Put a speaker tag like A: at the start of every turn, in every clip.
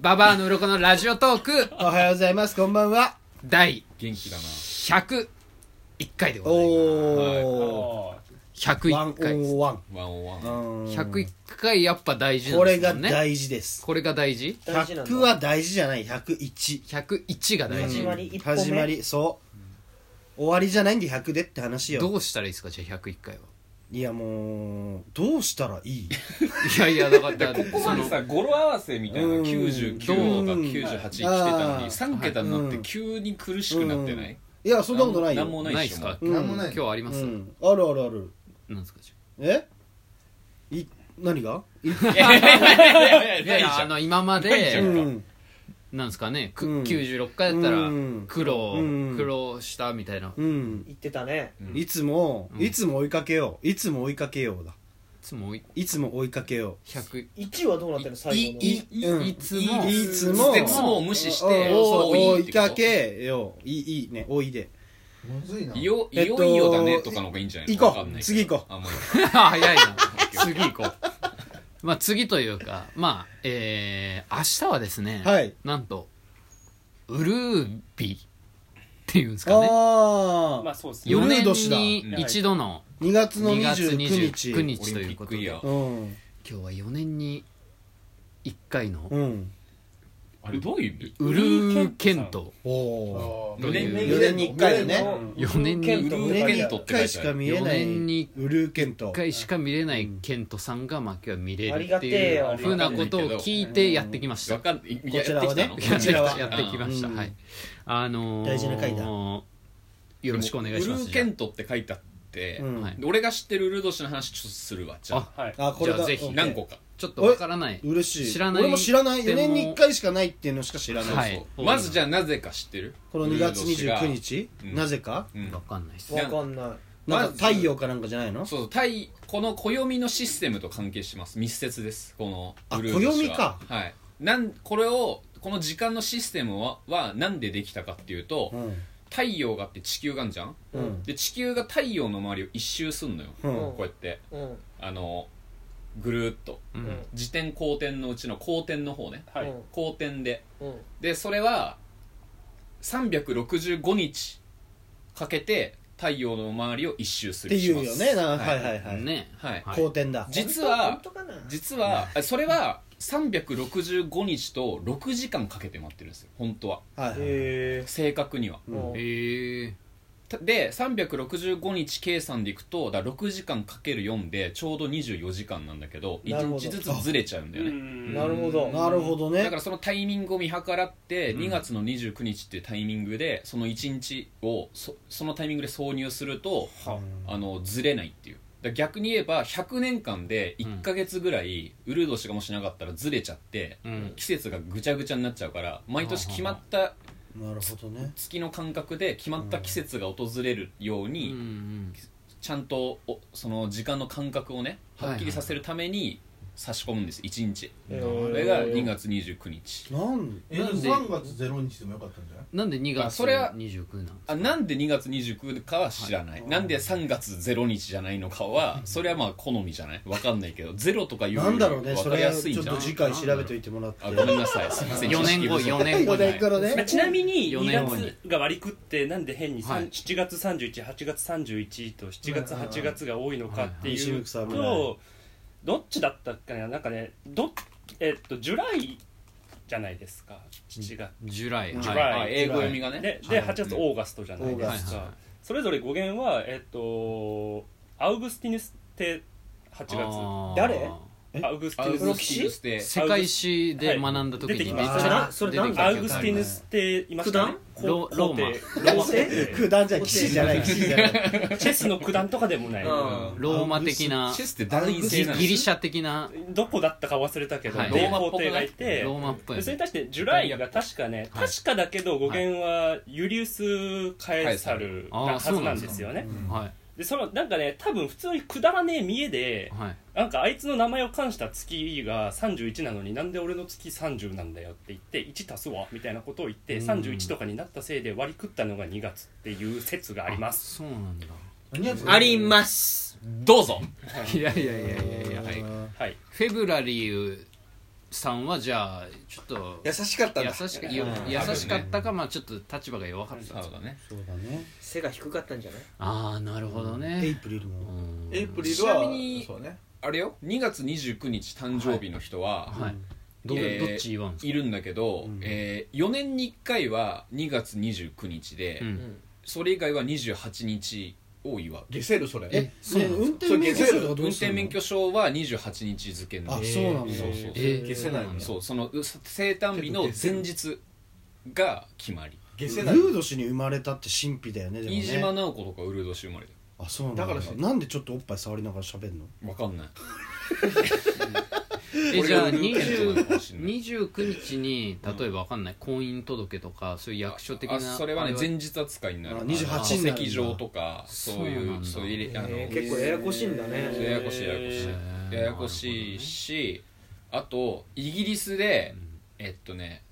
A: ババアの鱗のラジオトーク
B: おはようございますこんばんは
A: 第
C: 元気だな
A: 101回でございま
B: おお
A: す101回です
B: 101
C: ワンオンワン
A: 101回やっぱ大事なん
B: こ
A: で
B: れ
A: すよ
B: が
A: ね
B: 大事です
A: これが大事
D: 大事なんだ
B: 100は大事じゃない101
A: 101が大事
D: 始まり一歩目
B: 始まりそう終わりじゃないんで100でって話よ
A: どうしたらいいですかじゃあ101回はい
B: やもうどうしたらいい
A: いやいや だからだって
C: ここまでさ語呂合わせみたいな
B: うん
C: 99
B: うん
C: とか98来てたの
B: あー
C: に3桁になって急に苦しくなってない
B: いやそんなことないよ
C: なんも
A: ないですか
C: ないっしょ
B: うん
A: なんもない今日あります
B: うん、あるあるある
A: なんですかじゃ
B: えい何が
C: いやいや
A: あ
C: い
A: いや
C: や
A: い
C: い
A: やあ
C: や
A: の今ま
C: ないじゃ
A: で
C: ん
B: うん
A: なんですかねく
B: うん
A: 96回だったら
B: うん
A: 苦労
B: うん
A: 苦労したみたいな
B: うん
D: 言ってたね
C: うん
B: いつも、
A: うん
B: いつも追いかけよういつも追いかけようだ
A: いつも100
B: いつも追いかけよ
D: 1はどうなってるの最後の
A: いい
B: いうん
A: いつも
B: いつも
C: いつもを無視し
B: う
C: て
B: そう
C: お
B: 追
C: い
B: いかけよういいいいね追いで
E: むずいない
C: よい
B: えっ
C: よ
B: と
C: いよだねとかの方がいいんじゃないの
B: 行こう
C: わかんないけど
B: 次行こ
C: あもういい
A: あ 早いな次行こうまあ次というかまあえー、明日はですね、
B: はい
A: なんとウルービっていうんですかね
B: あ
F: まあ
B: あ
F: そうです
B: よ
A: 4年
B: ウルー年だ
A: に一度の
B: 2月の
A: 2月
B: 29
A: 29
B: 日
A: 日ということで
C: オリンピ
A: 今
C: ックイヤー
B: うん
A: 日は4年に1回の
B: うん
C: あれどういう意味
A: ウルーケント
B: おお
C: 四年
B: 4年に1回だね
A: 4年に
C: ウ
B: 4
C: ルー
B: 年
C: ケ
B: に
C: ント
B: 1
C: って書いてある
B: 回しか見えない
A: 4年に
B: ウルーケント
A: 1回しか見れないケントさんがまあ今日は見れるって
D: あり
A: い
D: が
A: う
D: てえ
A: ふ
D: よ
A: うなことを聞いてやってきました
C: わかんないいや
B: こちらはね
C: やってきた
A: や
C: の
A: ってきた
B: こちらは
A: やってきました、
B: うん
A: はいあのー、
B: 大事な回だ
A: よろしくお願いしま
C: ウ
A: す
C: ルーケントって書いてあって
B: うん
A: はい
C: 俺が知ってるウルー年の話ちょっとするわじゃあ
F: はい
B: あこれ
A: じゃ
B: が
A: あぜひ
B: うん
C: 何個か
A: ちょっとわからない
B: 嬉しい
A: 知らない
B: 俺も知らない4年に1回しかないっていうのしか知らない、
A: はいう
C: そまずじゃあなぜか知ってる
B: この2月29日、
C: うん
B: なぜか
C: うん
A: わかんないです
D: わかんない
B: なんか
C: まず
B: 太陽かなんかじゃないの
C: そうそう対この暦のシステムと関係してます密接ですこの
B: あ
C: ウルード氏は
B: 暦か
C: はいなんこれをこの時間のシステムははなんでできたかっていうと、
B: うん
C: 太陽があって地球があるじゃん
B: うん
C: で地球が太陽の周りを一周すんのよ、
B: うん
C: こうやって
D: うん
C: あのぐるーっと
A: うん
D: うん
C: 自転公転のうちの公転の方ね
F: は
D: う
F: い
D: ん
C: 公転で
D: うん
C: でそれは365日かけて太陽の周りを一周す
B: って
C: る
B: い
C: し
B: う
C: ま
B: よ
C: す
B: ねなはいはいはい、
A: ね
C: はい
A: はい
B: 好転だ
C: 実は
D: 本当かな
C: 実はあそれは365日と6時間かけて待ってるんですよ本当は
B: はいはい、
D: へ
C: 正確には
D: え
B: うん
A: へえ
C: たで365日計算でいくとだから6時間かける4でちょうど24時間なんだけど
D: なるほ
C: 1日
D: ど
C: ずつずれちゃうんだよ
F: う
C: ね
F: ん
D: なるほど
B: なるほど
C: だか
B: ね
C: らそのタイミングを見計らって
A: うん
C: 2月の29日っていうタイミングでその1日をそそのタイミングで挿入するとあのずれないっていうだから逆に言えば100年間で1か月ぐらいウルード氏がもしなかったらずれちゃって、
A: うん
C: 季節がぐちゃぐちゃになっちゃうから毎年決まった
B: なるほどね
C: 月の感覚で決まった季節が訪れるよう
A: うん
C: に、
A: うん
C: ちゃんとおその時間の感覚をねはっきりさせるために差し込むんです1日
D: こ
C: それが2月29日
B: なん
E: えでも
A: なんで
E: 3月0日でもよかったんじゃない
A: なんで2
C: あ
A: 月
C: それは
A: 29なんですか
C: あなんで2月29日かは知らない、なんで3月0日じゃないのかはそれはまあ好みじゃないわかんないけどゼロとか言う
B: なんだろうね
C: わ
B: そ
C: かり
B: れ
C: や
B: は
C: すい
B: ち
C: ん
B: ょっ
C: じゃん
B: と次回調べといてもらって
C: あごめんなさいすみませ ん
A: 4年後4年後
B: 4
A: に
B: 年からね
F: ちなみに
A: 4
F: 2
A: 年後に
F: 月が割り食ってなんで変に
A: は
F: さん
A: い
F: 7月318月31と7月
E: はいはいはい
F: 8月が多いのかって
B: はいはい
F: いう
B: 西部
F: とどっちだったっけななんかねどえっとジュライじゃないですか7月
A: ジュライ
B: うん
A: はい
F: ジ
C: はい
F: ュラ
C: あ英語読みがね
F: で
A: はい
F: で8月オーガストじゃない
B: イ
F: で
A: はい
F: す
A: はい
F: かそれぞれ語源はえっとアウグスティヌス帝8月
A: あー
D: 誰
F: アウグステ
C: ア
F: ィ
C: ウ
F: ヌ
C: グ
F: ス
C: スティヌス帝
A: 世界史で学んだ時に
F: はい出てき
A: め
F: ま
A: っ
F: した
A: ちゃ
D: それ
A: 出てきたけ
F: アウ
A: ど
F: グスティヌスっていましたね
A: ロ
F: 皇
A: ローマ
F: 皇帝ロー
B: 九段じゃ騎士じゃない騎士じゃない
F: マチェスの九段とかでもない、
D: うん
A: ローマ的な
C: チェスって団員制なの
A: ギリシャ的な
F: どこだったか忘れたけど、
A: はい
F: で皇帝がいて
A: ローマっぽい
F: でそれに対してジュライアが確かね、
A: はい
F: 確かだけど語源はユリウス・カエサルなはずなんですよね
A: は
F: でそのなんかね多分普通にくだらねえ見えで
A: いはい
F: なんかあいつの名前を冠した月が31なのになんで俺の月30なんだよって言って1足すわみたいなことを言って
A: うん
F: 31とかになったせいで割り食ったのが2月っていう説があります
A: そうなんだ
E: 何やつ
D: あります
C: どうぞ
A: いやいやいやいやいや
C: はい
F: はい
A: フェブラリーさんはじゃあちょっと
B: 優しかったんだ
A: 優しか
B: うん
A: 優
C: うん
A: しかったかまあちょっと立場が弱かった
C: そうだね
B: そうだね
D: 背が低かったんじゃない
A: ああなるほど
B: エイ
A: ね
B: プリルも
A: うん
E: エイプリルは
C: ちなみに
E: そうね
C: あれよ2月29日誕生日の人は、
A: はいど
C: えー
A: どっち言わんすか
C: い、るんだけど、
B: うん
C: えー、4年に1回は2月29日で、
A: う
D: うんん
C: それ以外は28日を祝う
E: ゲセるそれ
A: えそう
B: ね
A: なんで
B: 運
A: すか
B: 転免許証とかど
C: 運
B: うす
C: 転
B: るの
C: 免許証は28日付の
B: あそうなんだ
C: そうそう
A: えー
E: 消せないのね
C: そうそのう生誕日の前日が決まり
E: ゲセない
B: ルード氏に生まれたって神秘だよねでも
C: 飯島
B: ね
C: 直子とかウルード氏生まれだよ
B: あそうなんだ
E: だからさ
B: なんでちょっとおっぱい触りながら喋んの
C: わかんない
A: えじゃあ
C: 俺が運転手なのかもしれない
A: 20 29日に例えばわかんない婚姻届とかそういう役所的な
C: あそれはね
A: あ
C: 前日扱いになる
B: あ28
C: 戸
B: になるんだ
C: 籍上とかそう
A: そうないん
C: う
A: だ
C: そういうあの
D: えー結構ややこしいんだね
C: ややこしいややこしい
A: へー
C: ややこしいしあとイギリスでえっとね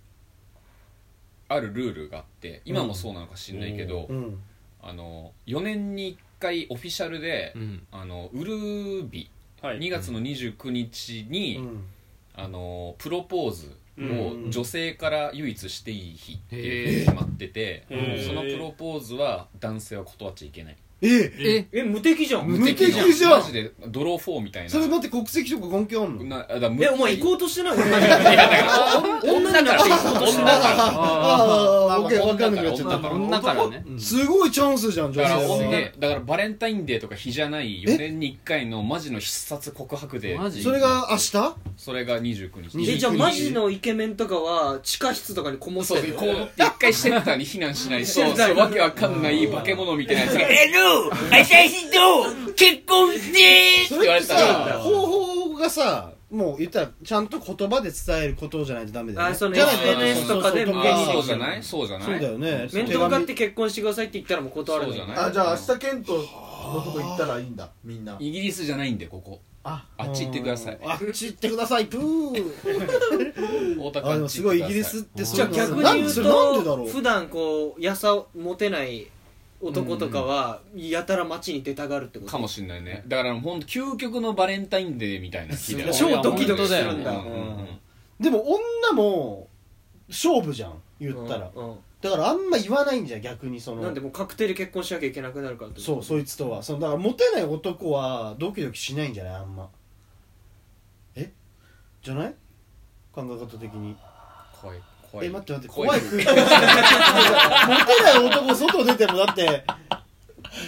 C: あるルールがあって今もそうなのか知んないけど、
B: うん
C: あの4年に1回オフィシャルで、
A: うん
C: あのウルービ
F: はい
C: 2月の29日に、
B: うん
C: あのプロポーズを女性から唯一していい日って
A: へー
C: 決まってて、
F: へー
C: そのプロポーズは男性は断っちゃいけない
B: え
A: え
D: え無敵じゃん
B: 無敵じゃん
C: マジでドロー4みたいな
B: それ待って国籍とか関係あんの
C: なあだ
D: え
C: 無
D: お前行こうとしてないの女だから行こうとしてない
B: あああ
C: まあ
B: オッケーわかんなくなっちゃ
A: まあ
B: っ
A: まあ女からね
B: たすごいチャンスじゃん
C: だ
B: 女
C: から
B: 性
C: ねだからバレンタインデーとか日じゃない4年に1回のマジの必殺告白で
A: マジ
B: それが明日
C: それが29日
D: えじゃあマジのイケメンとかは地下室とかにこもって
C: そう
D: る
C: こうって一回シェルターに避難しない
D: シェ
C: そ
D: ル
C: う
D: ター
C: そ
D: に
C: うわけわかんない化け物みたいなやつが「えっ!」
D: えの私と結婚して
B: それって
C: 言われた
B: さ
C: ら
B: 方法がさもう言ったらちゃんと言葉で伝えることじゃないとダメだよね
D: あその
B: じゃない
D: SNS とかで
B: そう
D: も
B: そう
C: あー
B: そう
C: そうじゃないそうじゃない
B: そうだよね
D: 面と向かって結婚してくださいって言ったらもう断る
C: そうじゃない
E: あじゃあ明日ケントのとこ行ったらいいんだみんな
C: イギリスじゃないんでここ
E: あ
C: あっち行ってください
B: あっち行ってくださいプー
C: 大田区
B: あで
C: あ
B: も
C: っち
B: す
C: 行っ
B: ご
C: て
B: いイギ
C: ください
B: リスって
D: じゃあ
B: う
D: 逆に
B: な
D: 言
B: んそれなん
D: う
B: でだろ
D: と
B: う
D: 普段こうやさを持てない男とかはやたら街に出たがるってこ
C: か
D: と
C: もしんないねだからほんと究極のバレンタインデーみたいな日だよ
B: すごい
D: 超ドキドキするんだ
C: ううんうん
B: でも女も勝負じゃん言ったら
D: うんうん
B: だからあんま言わないんじゃん逆にその
D: なんでもう確定で結婚しなきゃいけなくなるからってこと
B: そうそいつとはそのだからモテない男はドキドキしないんじゃないあんまえじゃない考え方的に
C: 怖い怖い
B: え待って待って怖い 空間モテない男外出てもだって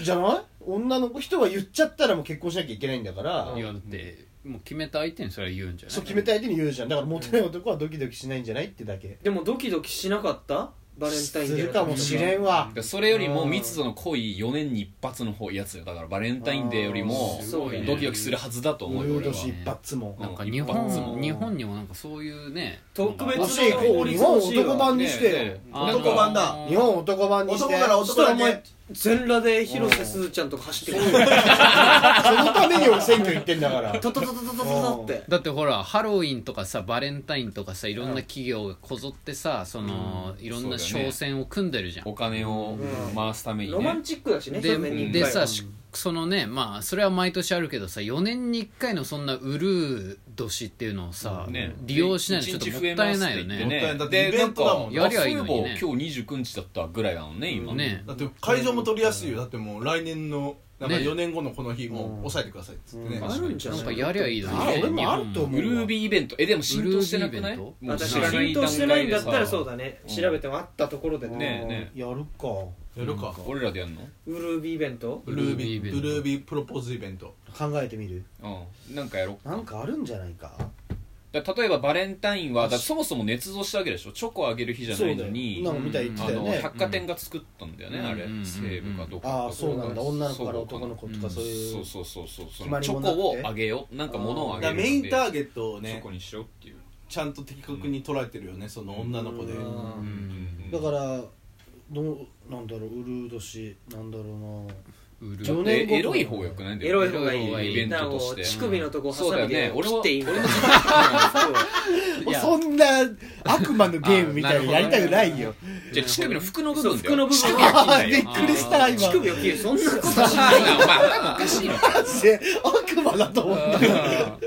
B: じゃない女の子人は言っちゃったらもう結婚しなきゃいけないんだから、
A: いやだってもう決めた相手にそれは言うんじゃない
B: そう決めた相手に言うじゃんだからモテない男はドキドキしないんじゃないってだけ
D: でもドキドキしなかったバレンタイ
B: す
D: ンデーの時
B: るかもしれんわ
C: でそれよりも密度の濃い4年に一発の方やつよだからバレンタインデーよりも
A: あー
D: すごいね
C: ドキドキするはずだと思う
B: ル
C: よ
B: ー
C: 俺
B: ド
C: は
B: 氏一発も
A: なんか日
C: 一発
A: 本
C: も
A: 日本にもなんかそういうね
D: 特
A: な
D: 別
A: ん
B: 欲
A: か
B: し
D: し
B: い
D: い
B: こう日本男版にしてよ、
C: ねえ
A: あー
E: 男版だ
B: 日本男版にして
E: 男なら
B: そ
E: 男
B: したら
E: だ
B: お前
E: ね
D: 全裸で広瀬すずちゃんとか走ってくる
B: そのために俺選挙行ってんだから
D: トトトトトトトって
A: だってほらハロウィンとかさバレンタインとかさいろんな企業がこぞってさその、いろんな商戦を組んでるじゃん、
C: お金を回すために
D: ロマン
C: ね
D: チックだしね
A: で
D: 表面に
A: でさ、しそのねまあそれは毎年あるけどさ4年に1回のそんなウルー年っていうのをさ、
C: ね
A: 利用しないのちょっともったいないよ
C: 一日増
A: ね
C: えますって言ってね
E: もったいないだってイベントだもん
C: でなんか
A: やりゃいいのにね
C: あそういえば今日29日だったぐらいなのね今
A: ね
E: だって会場も取りやすいよだってもう来年のなんか
A: ね
E: 4年後のこの日も抑えてくださいっつってね
D: あるんじゃ
A: なん
D: な
A: か
D: い
A: やりゃいいのに
B: あ
A: ね
B: 俺もあると思う
C: ウルービーイベントえでも浸透してなくな
A: ウ
C: い
A: ルービーイベント
C: もう
D: 私
C: 知
D: が
C: らない
D: 浸透
C: 段
D: してな
C: 階
D: いん
C: で
D: だったら
C: さ
D: そうだね調べてもあったところでね
C: ねえね
B: やるか
E: やるか
C: 俺らでやんの
D: ウルービーイベント
E: ブルービ
A: ブルービーイベン
E: ー
A: ト
E: ブルービープロポーズイベント
B: 考えてみる
C: うんなんかやろう
B: なんかあるんじゃないか
C: だから例えばバレンタインはだからそもそも捏造したわけでしょチョコあげる日じゃないのに
B: なんか見たい言って
C: あ
B: たよ
C: の
B: ね
C: 百貨店が作ったんだよね、
A: うん
C: あれ、
A: うん
C: 西武かどこか
B: ああそうなんだ女の子から
C: そうか
B: 男の子とかそういう
C: そうそうそうそうそ
B: 決ま
C: の
B: り
C: チ
B: も
C: ョ
B: なくて
C: コをあげようなんか物をあ
E: だ
C: げる
E: からメインターゲットを
C: をチョ
E: ね
C: コにしようっていう、
E: ちゃんと的確に捉えてるよねその女の子で
B: うん
C: うん
B: だからどうなんだろうウルード氏なんだろ
A: ウル
B: ジ
A: ー
B: ョネ年後
C: えエロい方よくないんだ
D: エ
C: よ
D: ロい方がいい
C: イベン
D: な
C: ト
D: んか
C: と
D: こ
C: し
D: う
C: て
D: 乳首のとこハサ
C: そ
D: ミで
C: うだよね俺
D: 切
C: も
D: っていいみたいな
B: う
A: い
B: な
A: や
B: そんな悪魔のゲームみたいなのやりたくないよ
C: じゃあ乳首の服の部
D: そう
C: 分だ
D: 服
C: よ
D: の部分
B: あ
D: を
B: ー びっくりした今
D: 乳首を切るそんなこと
C: あーまあお前もおかしいのか
B: マジで悪魔だと思った
C: うん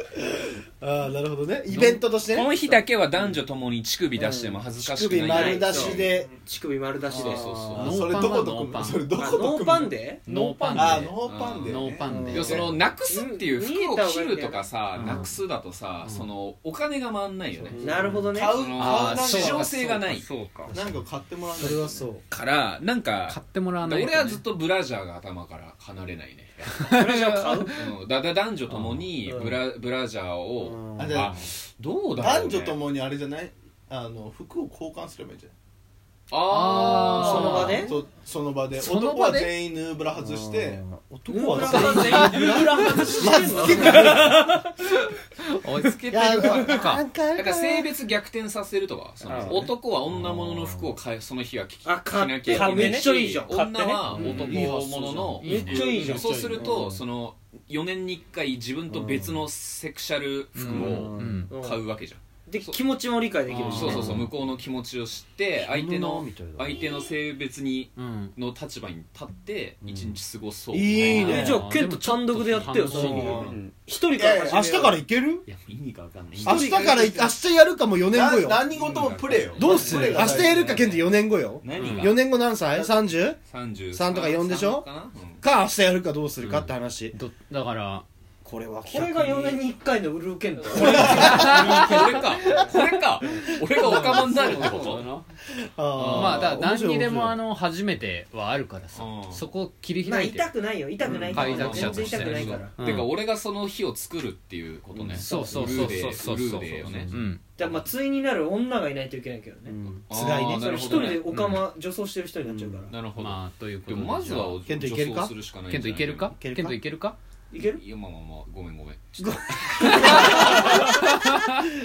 B: ああなるほどねイベントとして
C: こ
B: ね
C: の日だけは男女ともに乳首出しても恥ずかし
B: 乳
C: くない、
B: 首丸出しで
D: 乳首丸出しで
C: そうそうそう
A: あー
E: それどこと組
A: ノーパンは
E: むそれど
D: あ
E: こと組む
D: ノーパンで
A: ノーパンで
E: あノーパンでね
A: ノーパンで
C: いやそのなくすっていう服を着るとかさ
A: うん
C: なくすだとさ、そのお金が回んないよね、
D: なるほどね
E: 買う
C: その
E: 買う
A: そう
C: 市場性がない
F: そうか
E: なんか買ってもらわない
B: それはそう
C: からなんか
A: 買ってもらわないとね
C: 俺はずっとブラジャーが頭から離れないね
D: ブラジャー買う
C: うんだだ男女ともに
D: うん
C: ブラ,、ブラジャーを、
D: うん
E: あじ
C: あ
E: ゃあ
C: どうだろう、
E: 男
C: ね、
E: 女ともにあれじゃないあの服を交換すればいいんじゃない
C: あー
A: あーその場
D: で
E: そその
A: その場
E: 場で
A: で
E: 男は全員ヌーブラ外して
D: ヌ
B: 男
D: ーブ
B: は
D: ラ
B: さ
D: 全員ヌーブラ外してんの
A: 追いつけ
B: い
A: てる
B: や
A: か
B: なんか
A: か
B: あ
C: だ
B: る
C: から
B: か
C: 性
B: な
C: 別逆転させるとかその
F: あー
C: 男は女物の服を買えその日は着着
D: あ買っ
C: なきゃいけ
D: 買
C: な
D: う
C: い
D: めっちゃいいじゃん
F: 買って
C: 女
F: ね
C: は男物の
A: うんいいね
D: めっちゃいいじゃん
C: そうする
B: う
C: と
B: ん
C: その4年に1回自分と別のセクシャル服を
A: うん
C: 買うわけじゃん
D: で気持ちも理解できるし
C: そう
D: ね
C: そうそう向こうの気持ちを知って相手の
B: たい
C: 相手の性別に
A: うん
C: の立場に立って一日過ごそう
B: いい
D: え
B: ね
D: じゃあケント単独でやってよ
A: 単
D: そ
A: 独
D: れ
A: う
D: 一人
E: い
D: か
E: やい
D: ら
E: や
B: 明日からいける
C: いや意味がわかんない
B: 明日から明日やるかも4年後よ
E: な何事もプレーよ
B: どうす
E: プレ
B: る
E: ー
B: 明
E: が大事
B: 日やるかケント4年後よ
C: 何が
B: 4年後何歳 ?30?
C: 33
B: とか4でしょ
C: かなうん
B: か明日やるかどうするかって話
A: どだから
B: これは
D: これが4年に1回のウルーケント
C: これかこれか俺がオカマになるってこと
B: あー
A: まあだから何にでもあ
B: 面
A: の初めてはあるからさ
C: うん
A: そこを切り
D: まあ
A: 開いて
D: 痛くないよ痛くないから
A: 快諾者として
D: 全然痛くないから
A: うん
C: てか俺がその日を作るっていうことね
A: そうそうそうそうそう
C: ル
A: そ
C: ー
A: う
C: デーよね
A: うん
D: じゃあまあ対になる女がいないといけないけどね
B: 白いうん
C: あー
B: 辛いね
C: な
D: そ
C: るほ
D: れ一
C: ど
D: 人
C: ね
D: でおかま女装してる人になっちゃうか
B: うん
D: ら
C: なるほど
A: まあというこ
C: で
A: と
C: もまずは
B: ケントいけるか
C: 女装するしかないん
A: ケント
C: じゃない
A: いけるか
B: いける
A: ケ
B: か
A: ントいけるか
D: いける
C: いやまあまあまあごめんごめん
B: ご